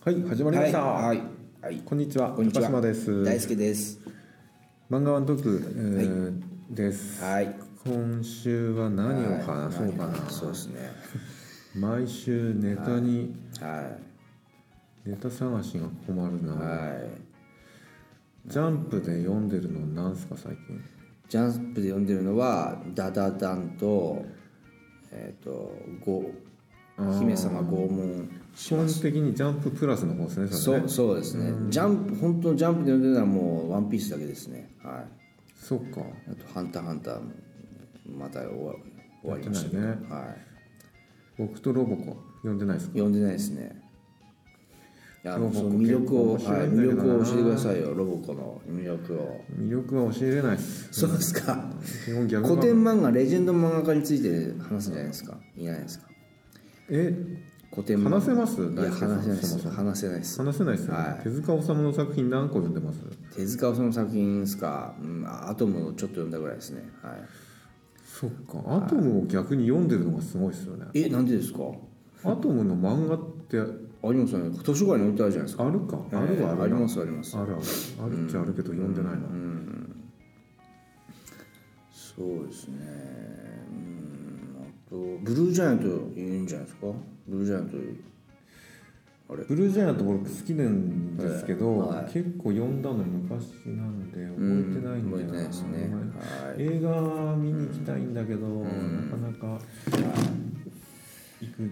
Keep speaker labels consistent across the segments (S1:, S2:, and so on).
S1: はい始まりました、
S2: はいはいはい
S1: こんにちは
S2: こんにちは
S1: 高島です
S2: 大輔です
S1: 漫画ワントーク、えーです、
S2: はい
S1: 今週は何を話そうかな、
S2: はいそうですね
S1: 毎週ネタに、
S2: は
S1: ネタ探しが困るな、
S2: いはい
S1: ジャンプで読んでるのなんすか最近
S2: ジャンプで読んでるのは「ダダダン」と「えっ、とご姫様拷問
S1: 基本的にジャンププラスの方ですね」そ
S2: そ
S1: れ
S2: う
S1: ね
S2: そうですねジャンプ本当のジャンプで読んでるのはもう「ワンピースだけですねはい
S1: そっか
S2: あと「ハンターハンター」もまた終わ終わりましたけど、
S1: やって
S2: はい
S1: 僕とロボコ読んでないですか
S2: 読んでないですねいや
S1: ロボコ
S2: その魅力を、
S1: 結構
S2: はい、
S1: 面白いんだ
S2: 魅
S1: けどな
S2: 力を教えてくださいよロボコの魅力を
S1: 魅力は教えれないです
S2: そうですか
S1: 基本ギャグ漫画
S2: 古典漫画レジェンド漫画家について話すんじゃないですかいないですか
S1: え
S2: 古典漫画
S1: 話せます
S2: い
S1: 大
S2: や
S1: 輔さん
S2: 話せない
S1: そも
S2: です
S1: そも
S2: 話せないです
S1: 話せないですよね、
S2: は
S1: 手塚治虫の作品何個読んでます
S2: 手塚治虫の作品ですか、うん、あアトムをちょっと読んだぐらいですねは
S1: そっかアトムを逆に読んでるのがすごいですよね
S2: いえなんでですか
S1: アトムの漫画って
S2: ありますよね図書館に置いてあるじゃないですか
S1: あるかあるはあ
S2: え
S1: る
S2: ーあり
S1: な
S2: ますあります
S1: あるあるあるっちゃあるけど読んでないな、
S2: そうですねうんあとブルージャイアントいるんじゃないですかブルージャイアント
S1: ブルージャイアント僕好きなんですけど、
S2: はいはい
S1: 結構読んだの昔なんで覚えてないんだ
S2: 覚え
S1: よ
S2: て
S1: な,、
S2: ないですねはい
S1: 映画見に行きたいんだけど、なかなか行く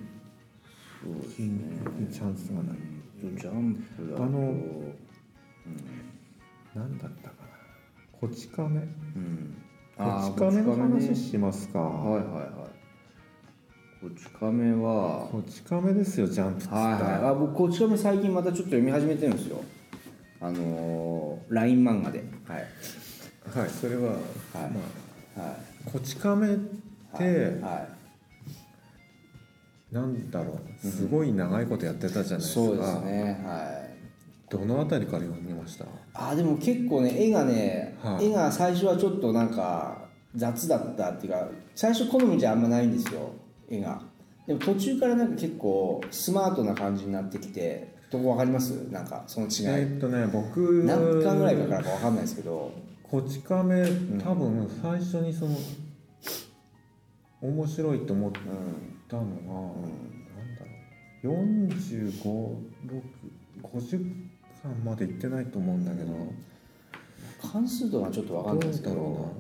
S1: 行くチャンスがない
S2: ジャンプだと
S1: あの何だったかな「こち亀」
S2: うん
S1: 「
S2: あ
S1: こ
S2: ー
S1: ち亀」の
S2: こち亀ね
S1: 話しますか
S2: はいはいはいこち亀は
S1: こち亀ですよジャンプっつった
S2: はいはい
S1: ら
S2: あ僕こち亀最近またちょっと読み始めてるんですよあのー、LINE 漫画ではい
S1: はいそれは、
S2: はい
S1: ま
S2: は
S1: あ、こち亀って、
S2: いは
S1: なんだろうすごい長いことやってたじゃない
S2: い
S1: ですか、
S2: そうですねはい
S1: どのあたりから読みました
S2: あでも結構ね絵がね、
S1: はい
S2: 絵が最初はちょっとなんか雑だったっていうか最初好みじゃあんまないんですよ絵がでも途中からなんか結構スマートな感じになってきてどこわかりますなんかその
S1: え
S2: 違い
S1: ーっとね僕
S2: 何巻ぐらいかからかわかんないですけど
S1: こち亀多分最初にその、面白いと思っ
S2: うん
S1: たのが、なんだろう4550巻までいってないと思うんだけど、
S2: 関数とかちょっとわかんないですけど
S1: どうだろ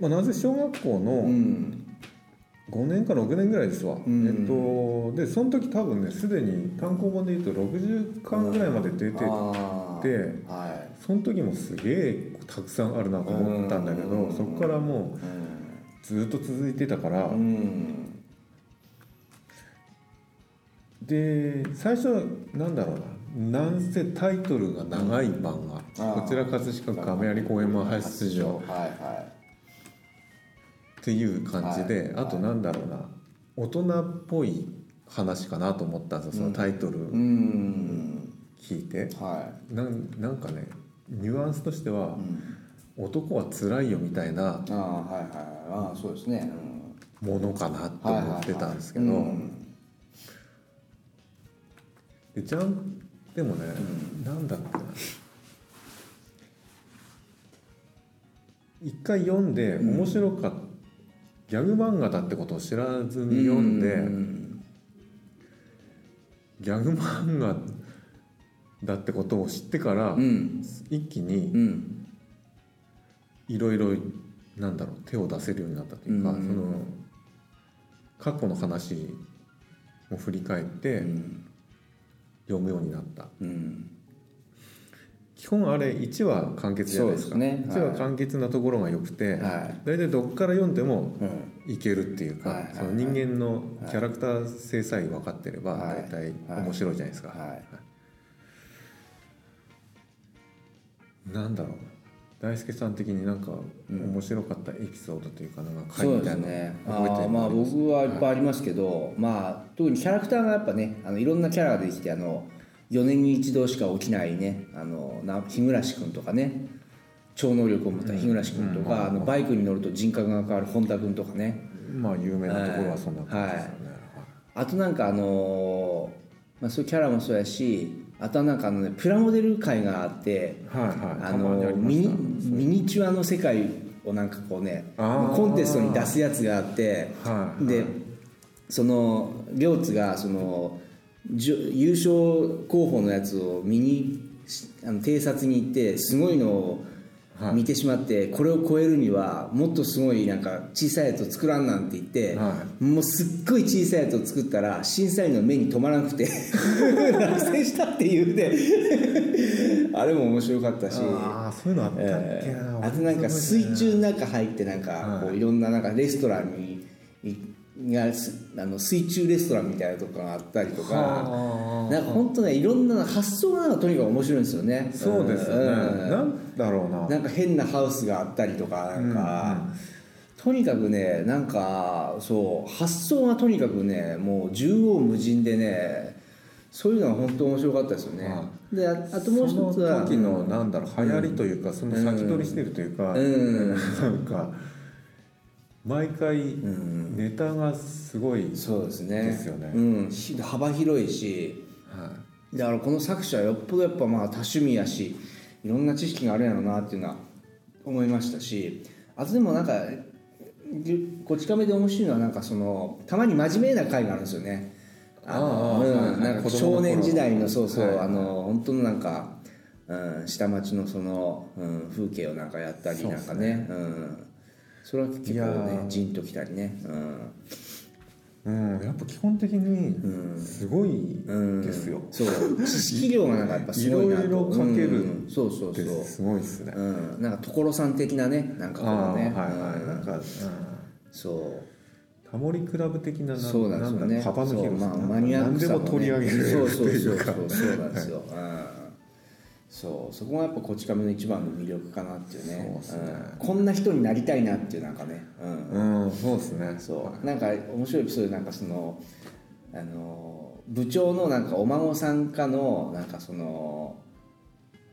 S1: まあ、なぜ小学校
S2: う
S1: の
S2: ん
S1: 5年か6年ぐらいですわ、
S2: ん
S1: えっとでその時多分ねすでに単行本でいうと60巻ぐらいまで出てて、
S2: あーは
S1: その時もすげえたくさんあるなと思ったんだけど、
S2: うん
S1: そこからもう
S2: いうん
S1: ずっと続いてたから、
S2: うん
S1: で最初なんだろうななんせタイトルが長い漫画、
S2: あー
S1: こちら葛飾区亀有公園前派出所
S2: はいは
S1: っていう感じで、
S2: は
S1: あ
S2: い
S1: となんだろうな大人っぽい話かなと思ったんですよそのタイト
S2: いう
S1: ル
S2: ん
S1: 聞いて、
S2: は
S1: なんなんかねニュアンスとして
S2: い、
S1: は
S2: う、ん
S1: 男は辛いよみたいな
S2: ああはいはいああそうですね、うん、
S1: ものかなと思ってたんですけど、
S2: はいはいはいうん
S1: でジャンでもね、なんだろうな一回読んで面白かった、ギャグ漫画だってことを知らずに読んで、
S2: うん
S1: ギャグ漫画だってことを知ってから、
S2: うん
S1: 一気に
S2: うん
S1: いろいろなんだろう手を出せるようになったというか、
S2: うん
S1: その過去の話を振り返って
S2: うん
S1: 読むようになった。
S2: うん
S1: 基本あれ1話完結じゃないですか
S2: そうですね
S1: 1話完結なところが良くて、
S2: はい
S1: 大体どっから読んでも
S2: うん
S1: いけるっていうか、
S2: はいはいはい
S1: その人間のキャラクター性さえ分かってれば
S2: はい
S1: 大体
S2: はい
S1: 面白いじゃないですか、
S2: はい
S1: なんだろう大輔さん的になんか面白かったエピソードというかなんか回みたいな
S2: あ
S1: の覚えて
S2: ー
S1: る
S2: ま
S1: の
S2: あ
S1: ります
S2: 僕はいっぱいありますけど、まあ特にキャラクターがやっぱねあのいろんなキャラができてあの4年に一度しか起きないねあのな日暮君とかね超能力を持った日暮君とか、あのバイクに乗ると人格が変わる本田君とかね
S1: まあ有名なところはそんな感じですよね、
S2: あとなんかあのーまあ、そういうキャラもそうやしあとはなんかあの、ね、プラモデル界があって
S1: はいはい
S2: あ
S1: たまにあ
S2: の
S1: りま
S2: ミ
S1: し
S2: ニ
S1: た
S2: ミニチュアの世界をなんかこうね
S1: あー
S2: コンテストに出すやつがあって
S1: はい
S2: でその両津がそのじゅ優勝候補のやつをミニしあの偵察に行ってすごいのを
S1: はい
S2: 見てしまって、これを超えるにはもっとすごいなんか小さいやつを作らんなんて言って、
S1: は
S2: もうすっごい小さいやつを作ったら審査員の目に留まらなく て落選したっていうね あれも面白かったし。
S1: ああそういうのあったっけな、
S2: えーあとなんか水中の中入ってなんかこういろんななんかレストランにいがすあの水中レストランみたいなとこがあったりとか
S1: はあ
S2: なんか本当ねいろんな発想がなんかとにかく面白いんですよね
S1: そうですよね、
S2: うん
S1: なんだろうな
S2: なんか変なハウスがあったりとかなんか、とにかくねなんかそう発想がとにかくねもう縦横無尽でねそういうのが本当面白かったですよね、
S1: は
S2: でああともう一つは
S1: その時のなんだろう流行りというか、その先取りしてるというか、
S2: うん
S1: なんか毎回
S2: ん
S1: ネタがすごい、
S2: そうですね
S1: ですよね
S2: うん、ひ幅広いし
S1: はい
S2: だからこの作者はよっぽどやっぱまあ多趣味やしいろんな知識があるんやろうなっていうのは思いましたしあとでもなんかゆこち亀で面白いのはなんかそのたまに真面目な回があるんですよね。あの
S1: ああ
S2: うん
S1: はいはい
S2: な
S1: 子供の
S2: んか
S1: 頃
S2: 少年時代のそうそう、
S1: はい
S2: あの本当のなんか、うん、下町のその、うん、風景をなんかやったりなんかねうん、それは結
S1: い
S2: 構
S1: や
S2: ね
S1: ー
S2: ジンときたりね、うん、
S1: うん、やっぱ基本的にすごい
S2: うん
S1: ですよ、
S2: そう知識量がなんかやっぱすごいなと
S1: いろいろ書ける
S2: うんそうそうそう
S1: ですすごいですね、
S2: うん、なんか所さん的なねなんかこ
S1: ああ
S2: の
S1: はい
S2: ね、
S1: はい、
S2: うん
S1: なんか、うん、
S2: そう
S1: タモリクラブ的なな
S2: そうなんですよね
S1: だ幅の広さ、
S2: そうまあ、マニアックさ
S1: 何でも取り上げるって
S2: そうそう
S1: い
S2: そうう
S1: か
S2: そうそうなんですよ、うんそうそこがやっぱこち亀の一番の魅力かなっていうね
S1: そうっすね
S2: んこんな人になりたいなっていうなんかね、うん
S1: うんそうですね
S2: そうなんか面白いエピソードでなんかそのあの部長のなんかお孫さんかのなんかその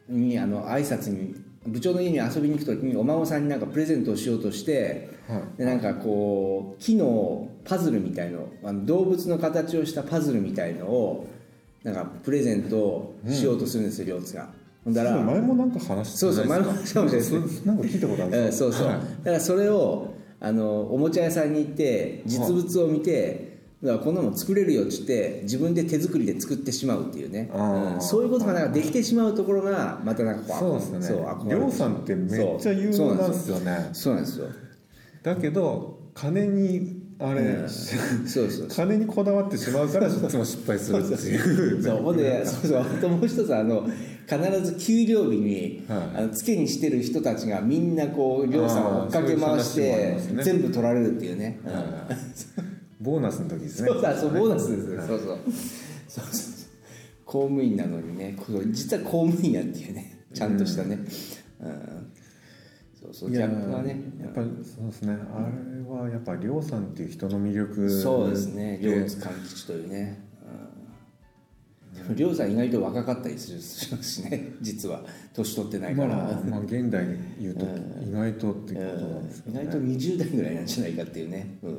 S2: にあの挨拶に部長の家に遊びに行く時にお孫さんになんかプレゼントをしようとして
S1: はい
S2: でなんかこう木のパズルみたいのあの動物の形をしたパズルみたいのをなんかプレゼントしようとするんですよ、両津が。ほんだら
S1: そう前もなんか話して
S2: そうそう前の話かもしれないですね
S1: そなんか聞いたことあるん
S2: う
S1: で
S2: ん、
S1: す
S2: そ うそう、
S1: はい
S2: だからそれをあのおもちゃ屋さんに行って実物を見て、だからこんなもん作れるよっつって自分で手作りで作ってしまうっていうね、
S1: あー
S2: うんそういうことがなんかできてしまうところがまたなんか
S1: そう
S2: こ
S1: ですね
S2: そう憧
S1: り
S2: れ
S1: ょ
S2: て
S1: う
S2: しま
S1: さ
S2: うん
S1: ってめっちゃ有
S2: そう
S1: 能
S2: そう
S1: な
S2: な
S1: んん
S2: で
S1: ですよね
S2: そうなんですよ
S1: だけど金にあれ、
S2: そうそう
S1: 金にこだわってしまうからいつも失敗するっていう
S2: そうほんでそうそうあともう一つあの必ず給料日に、
S1: はい
S2: あの付けにしてる人たちがみんなこう亮さんを追っかけ回し
S1: あーそういう話もあり
S2: て
S1: ますね
S2: 全部取られるっていうね、うん
S1: はいボーナスの時ですね
S2: そうだ、そう、ボーナスですよ。
S1: はい
S2: そうそう。そうそうそう。公務員なのにね、こう実は公務員やっていうね、ちゃんとしたね。うん。そうそう、ギャップはね。
S1: やっぱりそうですねあれはやっぱりょうさんっていう人の魅力
S2: そうですね、
S1: で
S2: 両津勘吉というね。うん。でも、両さん意外と若かったりするしますしね、実は。年取ってない
S1: ま
S2: か
S1: あ
S2: ら。
S1: まあ現代で言うと意外とっていうことなんですけ
S2: 意
S1: ど
S2: 外と20代ぐらいなんじゃないかっていうね、うん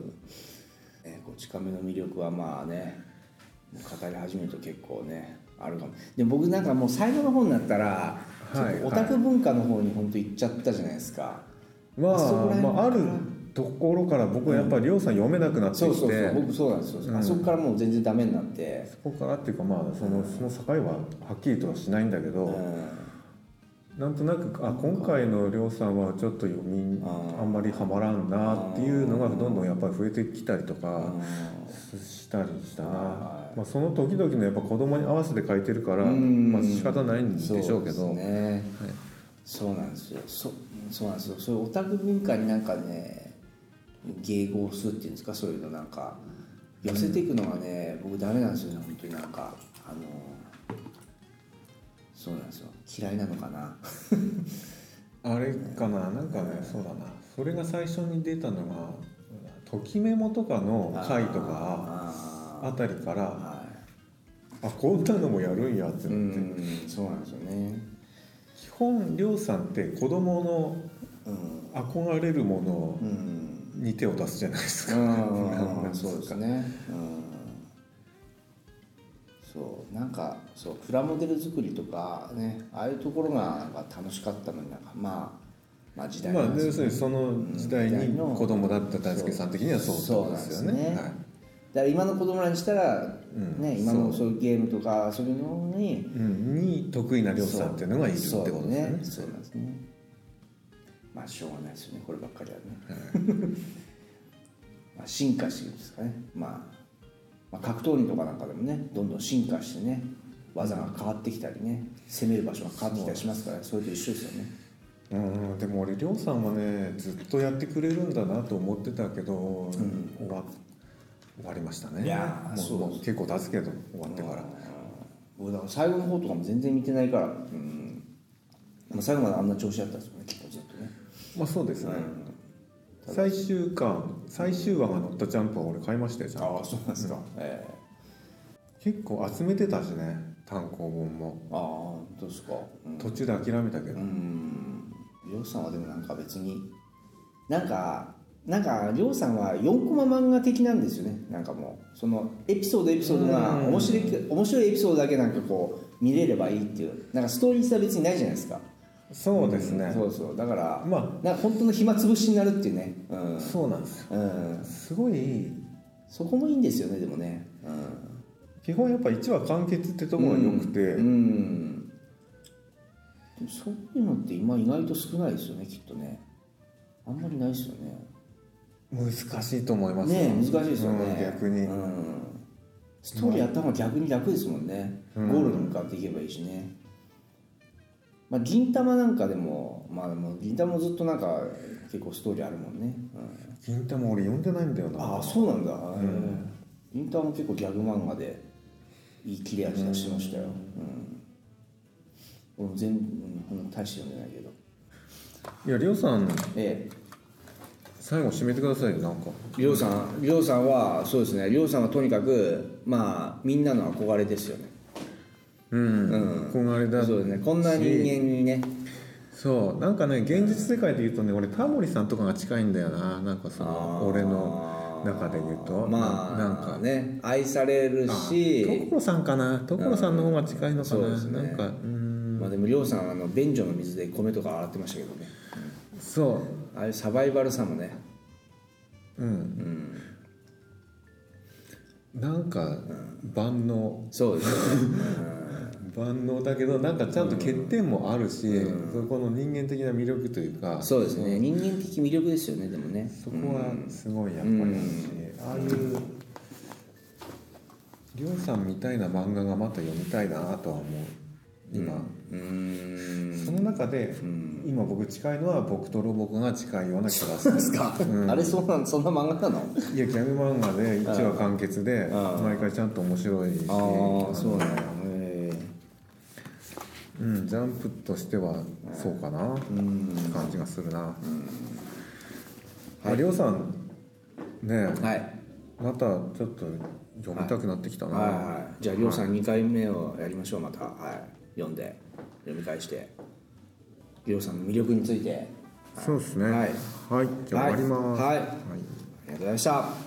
S2: えーこち亀の魅力はまあねもう語り始めると結構ねあるかもでも僕なんかもう最後の方になったら、
S1: い
S2: ちょっとオタク文化の方に本当行っちゃったじゃないですか、
S1: ま
S2: あそこ
S1: あ
S2: ら辺
S1: まああ
S2: か
S1: る
S2: な
S1: ところから僕はやっぱりょうさん読めなくなってき
S2: そうそうそう
S1: て
S2: 僕そうなんですよ、あそこからもう全然ダメになって、
S1: そこからっていうかまあそのその境ははっきりとはしないんだけ
S2: う
S1: ど
S2: ん
S1: なんとなくあ今回のりょうさんはちょっと読み
S2: あー
S1: あんまりはまらんなっていうのがどんどんやっぱり増えてきたりとかしたりしたな、
S2: は
S1: まあ、その時々のやっぱ子供に合わせて書いてるから、
S2: うん
S1: まあ仕方ないんでし
S2: そう
S1: ょうけど
S2: ですね、そうなんですよそそうなんですよそういうオタク文化になんかね迎合するっていうんですかそういうのなんか寄せていくのがね、僕ダメなんですよね本当になんかあのそうなんですよ嫌いなのかな
S1: あれかななんかねそうだなそれが最初に出たのが「ときメモ」とかの回とか
S2: あ
S1: あたりから
S2: あは
S1: あこんなのもやるんやって
S2: い、う
S1: なって、
S2: んそうなんですよね
S1: 基本りょうさんって子供の
S2: うん
S1: 憧れるもの
S2: うん
S1: に手を出すじゃないですか。
S2: うん
S1: なんか
S2: そうですねうんそうなんかそうプラモデル作りとかねああいうところがなんか楽しかったのになんかまあまあ時代
S1: ま
S2: なん
S1: あ、
S2: です
S1: 要するにその時代
S2: 時代
S1: に
S2: の
S1: 子供だった大輔さん的にはそうってことですよ
S2: そうなん
S1: ね。は
S2: ですね
S1: い
S2: だから今の子供らにしたら、
S1: うん
S2: ね今
S1: そ
S2: の
S1: う
S2: そういうゲームとか遊びのに
S1: うん、に得意な漁師さんっていうのがいるってことですよね。
S2: そうそうなんですねまあしょうがないですよねこればっかりはね、まあ進化していくんですかね、まあ、まあ格闘技とかなんかでもねどんどん進化してね技が変わってきたりね攻める場所が変わってきたりしますからそれと一緒ですよね
S1: うん、でも俺亮さんはねずっとやってくれるんだなと思ってたけど、終わ終わりましたね
S2: いやー
S1: も
S2: そうう
S1: もう結構経つけど終わってから、
S2: 僕だから最後の方とかも全然見てないから、うんまあ、最後まであんな調子だったんですよねきっとずっとね
S1: まあそうですね、最終巻最終話が乗ったジャンプは俺買いましたよちゃんと
S2: ああそうなんですか、ええ
S1: 結構集めてたしね単行本も
S2: ああ本当ですか、うん
S1: 途中で諦めたけど、
S2: うんりょうさんはでもなんか別になんかなんかりょうさんは4コマ漫画的なんですよねなんかもうそのエピソードエピソードが
S1: うん
S2: 面白い面白いエピソードだけなんかこう見れればいいっていうなんかストーリー性は別にないじゃないですか
S1: そうですね、
S2: そうそうだから
S1: ま
S2: なんか本当の暇つぶしになるっていうねうん
S1: あ、そうなんですよ
S2: うん、
S1: すごい
S2: そこもいいんですよねでもねうん
S1: 基本やっぱ1話完結ってところが良くて、
S2: うんうんでもそういうのって今意外と少ないですよねきっとねあんまりないですよね
S1: 難しいと思いますよ
S2: ね難しいですよね、
S1: うん逆に、
S2: うんストーリーやった方が逆に楽ですもんね、
S1: うん
S2: ゴールに向かっていけばいいしねまあ銀玉なんかでもまあでも銀玉もずっとなんか結構ストーリーあるもんね、うん
S1: 銀玉俺読んでないんだよな
S2: ああそうなんだ、銀玉も結構ギャグ漫画でいい切れ味出してましたよ、うん俺も全うん、うん、大して読んでないけど
S1: いやりょうさん
S2: ええ
S1: 最後締めてくださいよなんか
S2: りょうさん、りょうさんはそうですね。りょうさんはとにかくまあみんなの憧れですよね。
S1: うん、憧れだ
S2: そうですね。こんな人間にね。
S1: そうなんかね現実世界で言うとね俺タモリさんとかが近いんだよななんかそ
S2: あー
S1: の俺の中で言うと
S2: まあ
S1: なんか
S2: ね愛されるし、
S1: 所さんかな所さんの方が近いのかな、
S2: うんそうですね
S1: なんかうん
S2: まあでもりょうさんあの便所の水で米とか洗ってましたけどね。
S1: そ
S2: ああいうサバイバルさもね。
S1: ううん、なんか万能
S2: そうですね。
S1: 万能だけどなんかちゃんと欠点もあるし、そこの人間的な魅力というか
S2: そうですね。人間的魅力ですよね。でもね。
S1: そこはすごいやっぱりだし、ああいうりょうさんみたいな漫画がまた読みたいなとは思う今、
S2: うーん。
S1: その中で、今僕近いのは僕とロボコが近いような気がする
S2: ですか。 あれそうなんそんな漫画なの？
S1: いやギャグ漫画で1話完結で毎回ちゃんと面白いし
S2: ああそうなんだ。へえ
S1: うん、ジャンプとしてはそうかな、って感じがするな、ありょうさんね
S2: はい。
S1: またちょっと読みたくなってきたな、
S2: はいはい、じゃありょうさん2回目をやりましょうまた、はい、読んで読み返してりょうさんの魅力について
S1: そうですね
S2: はい
S1: はい、じゃあ終わります、
S2: はいはい
S1: はい
S2: ありがとうございました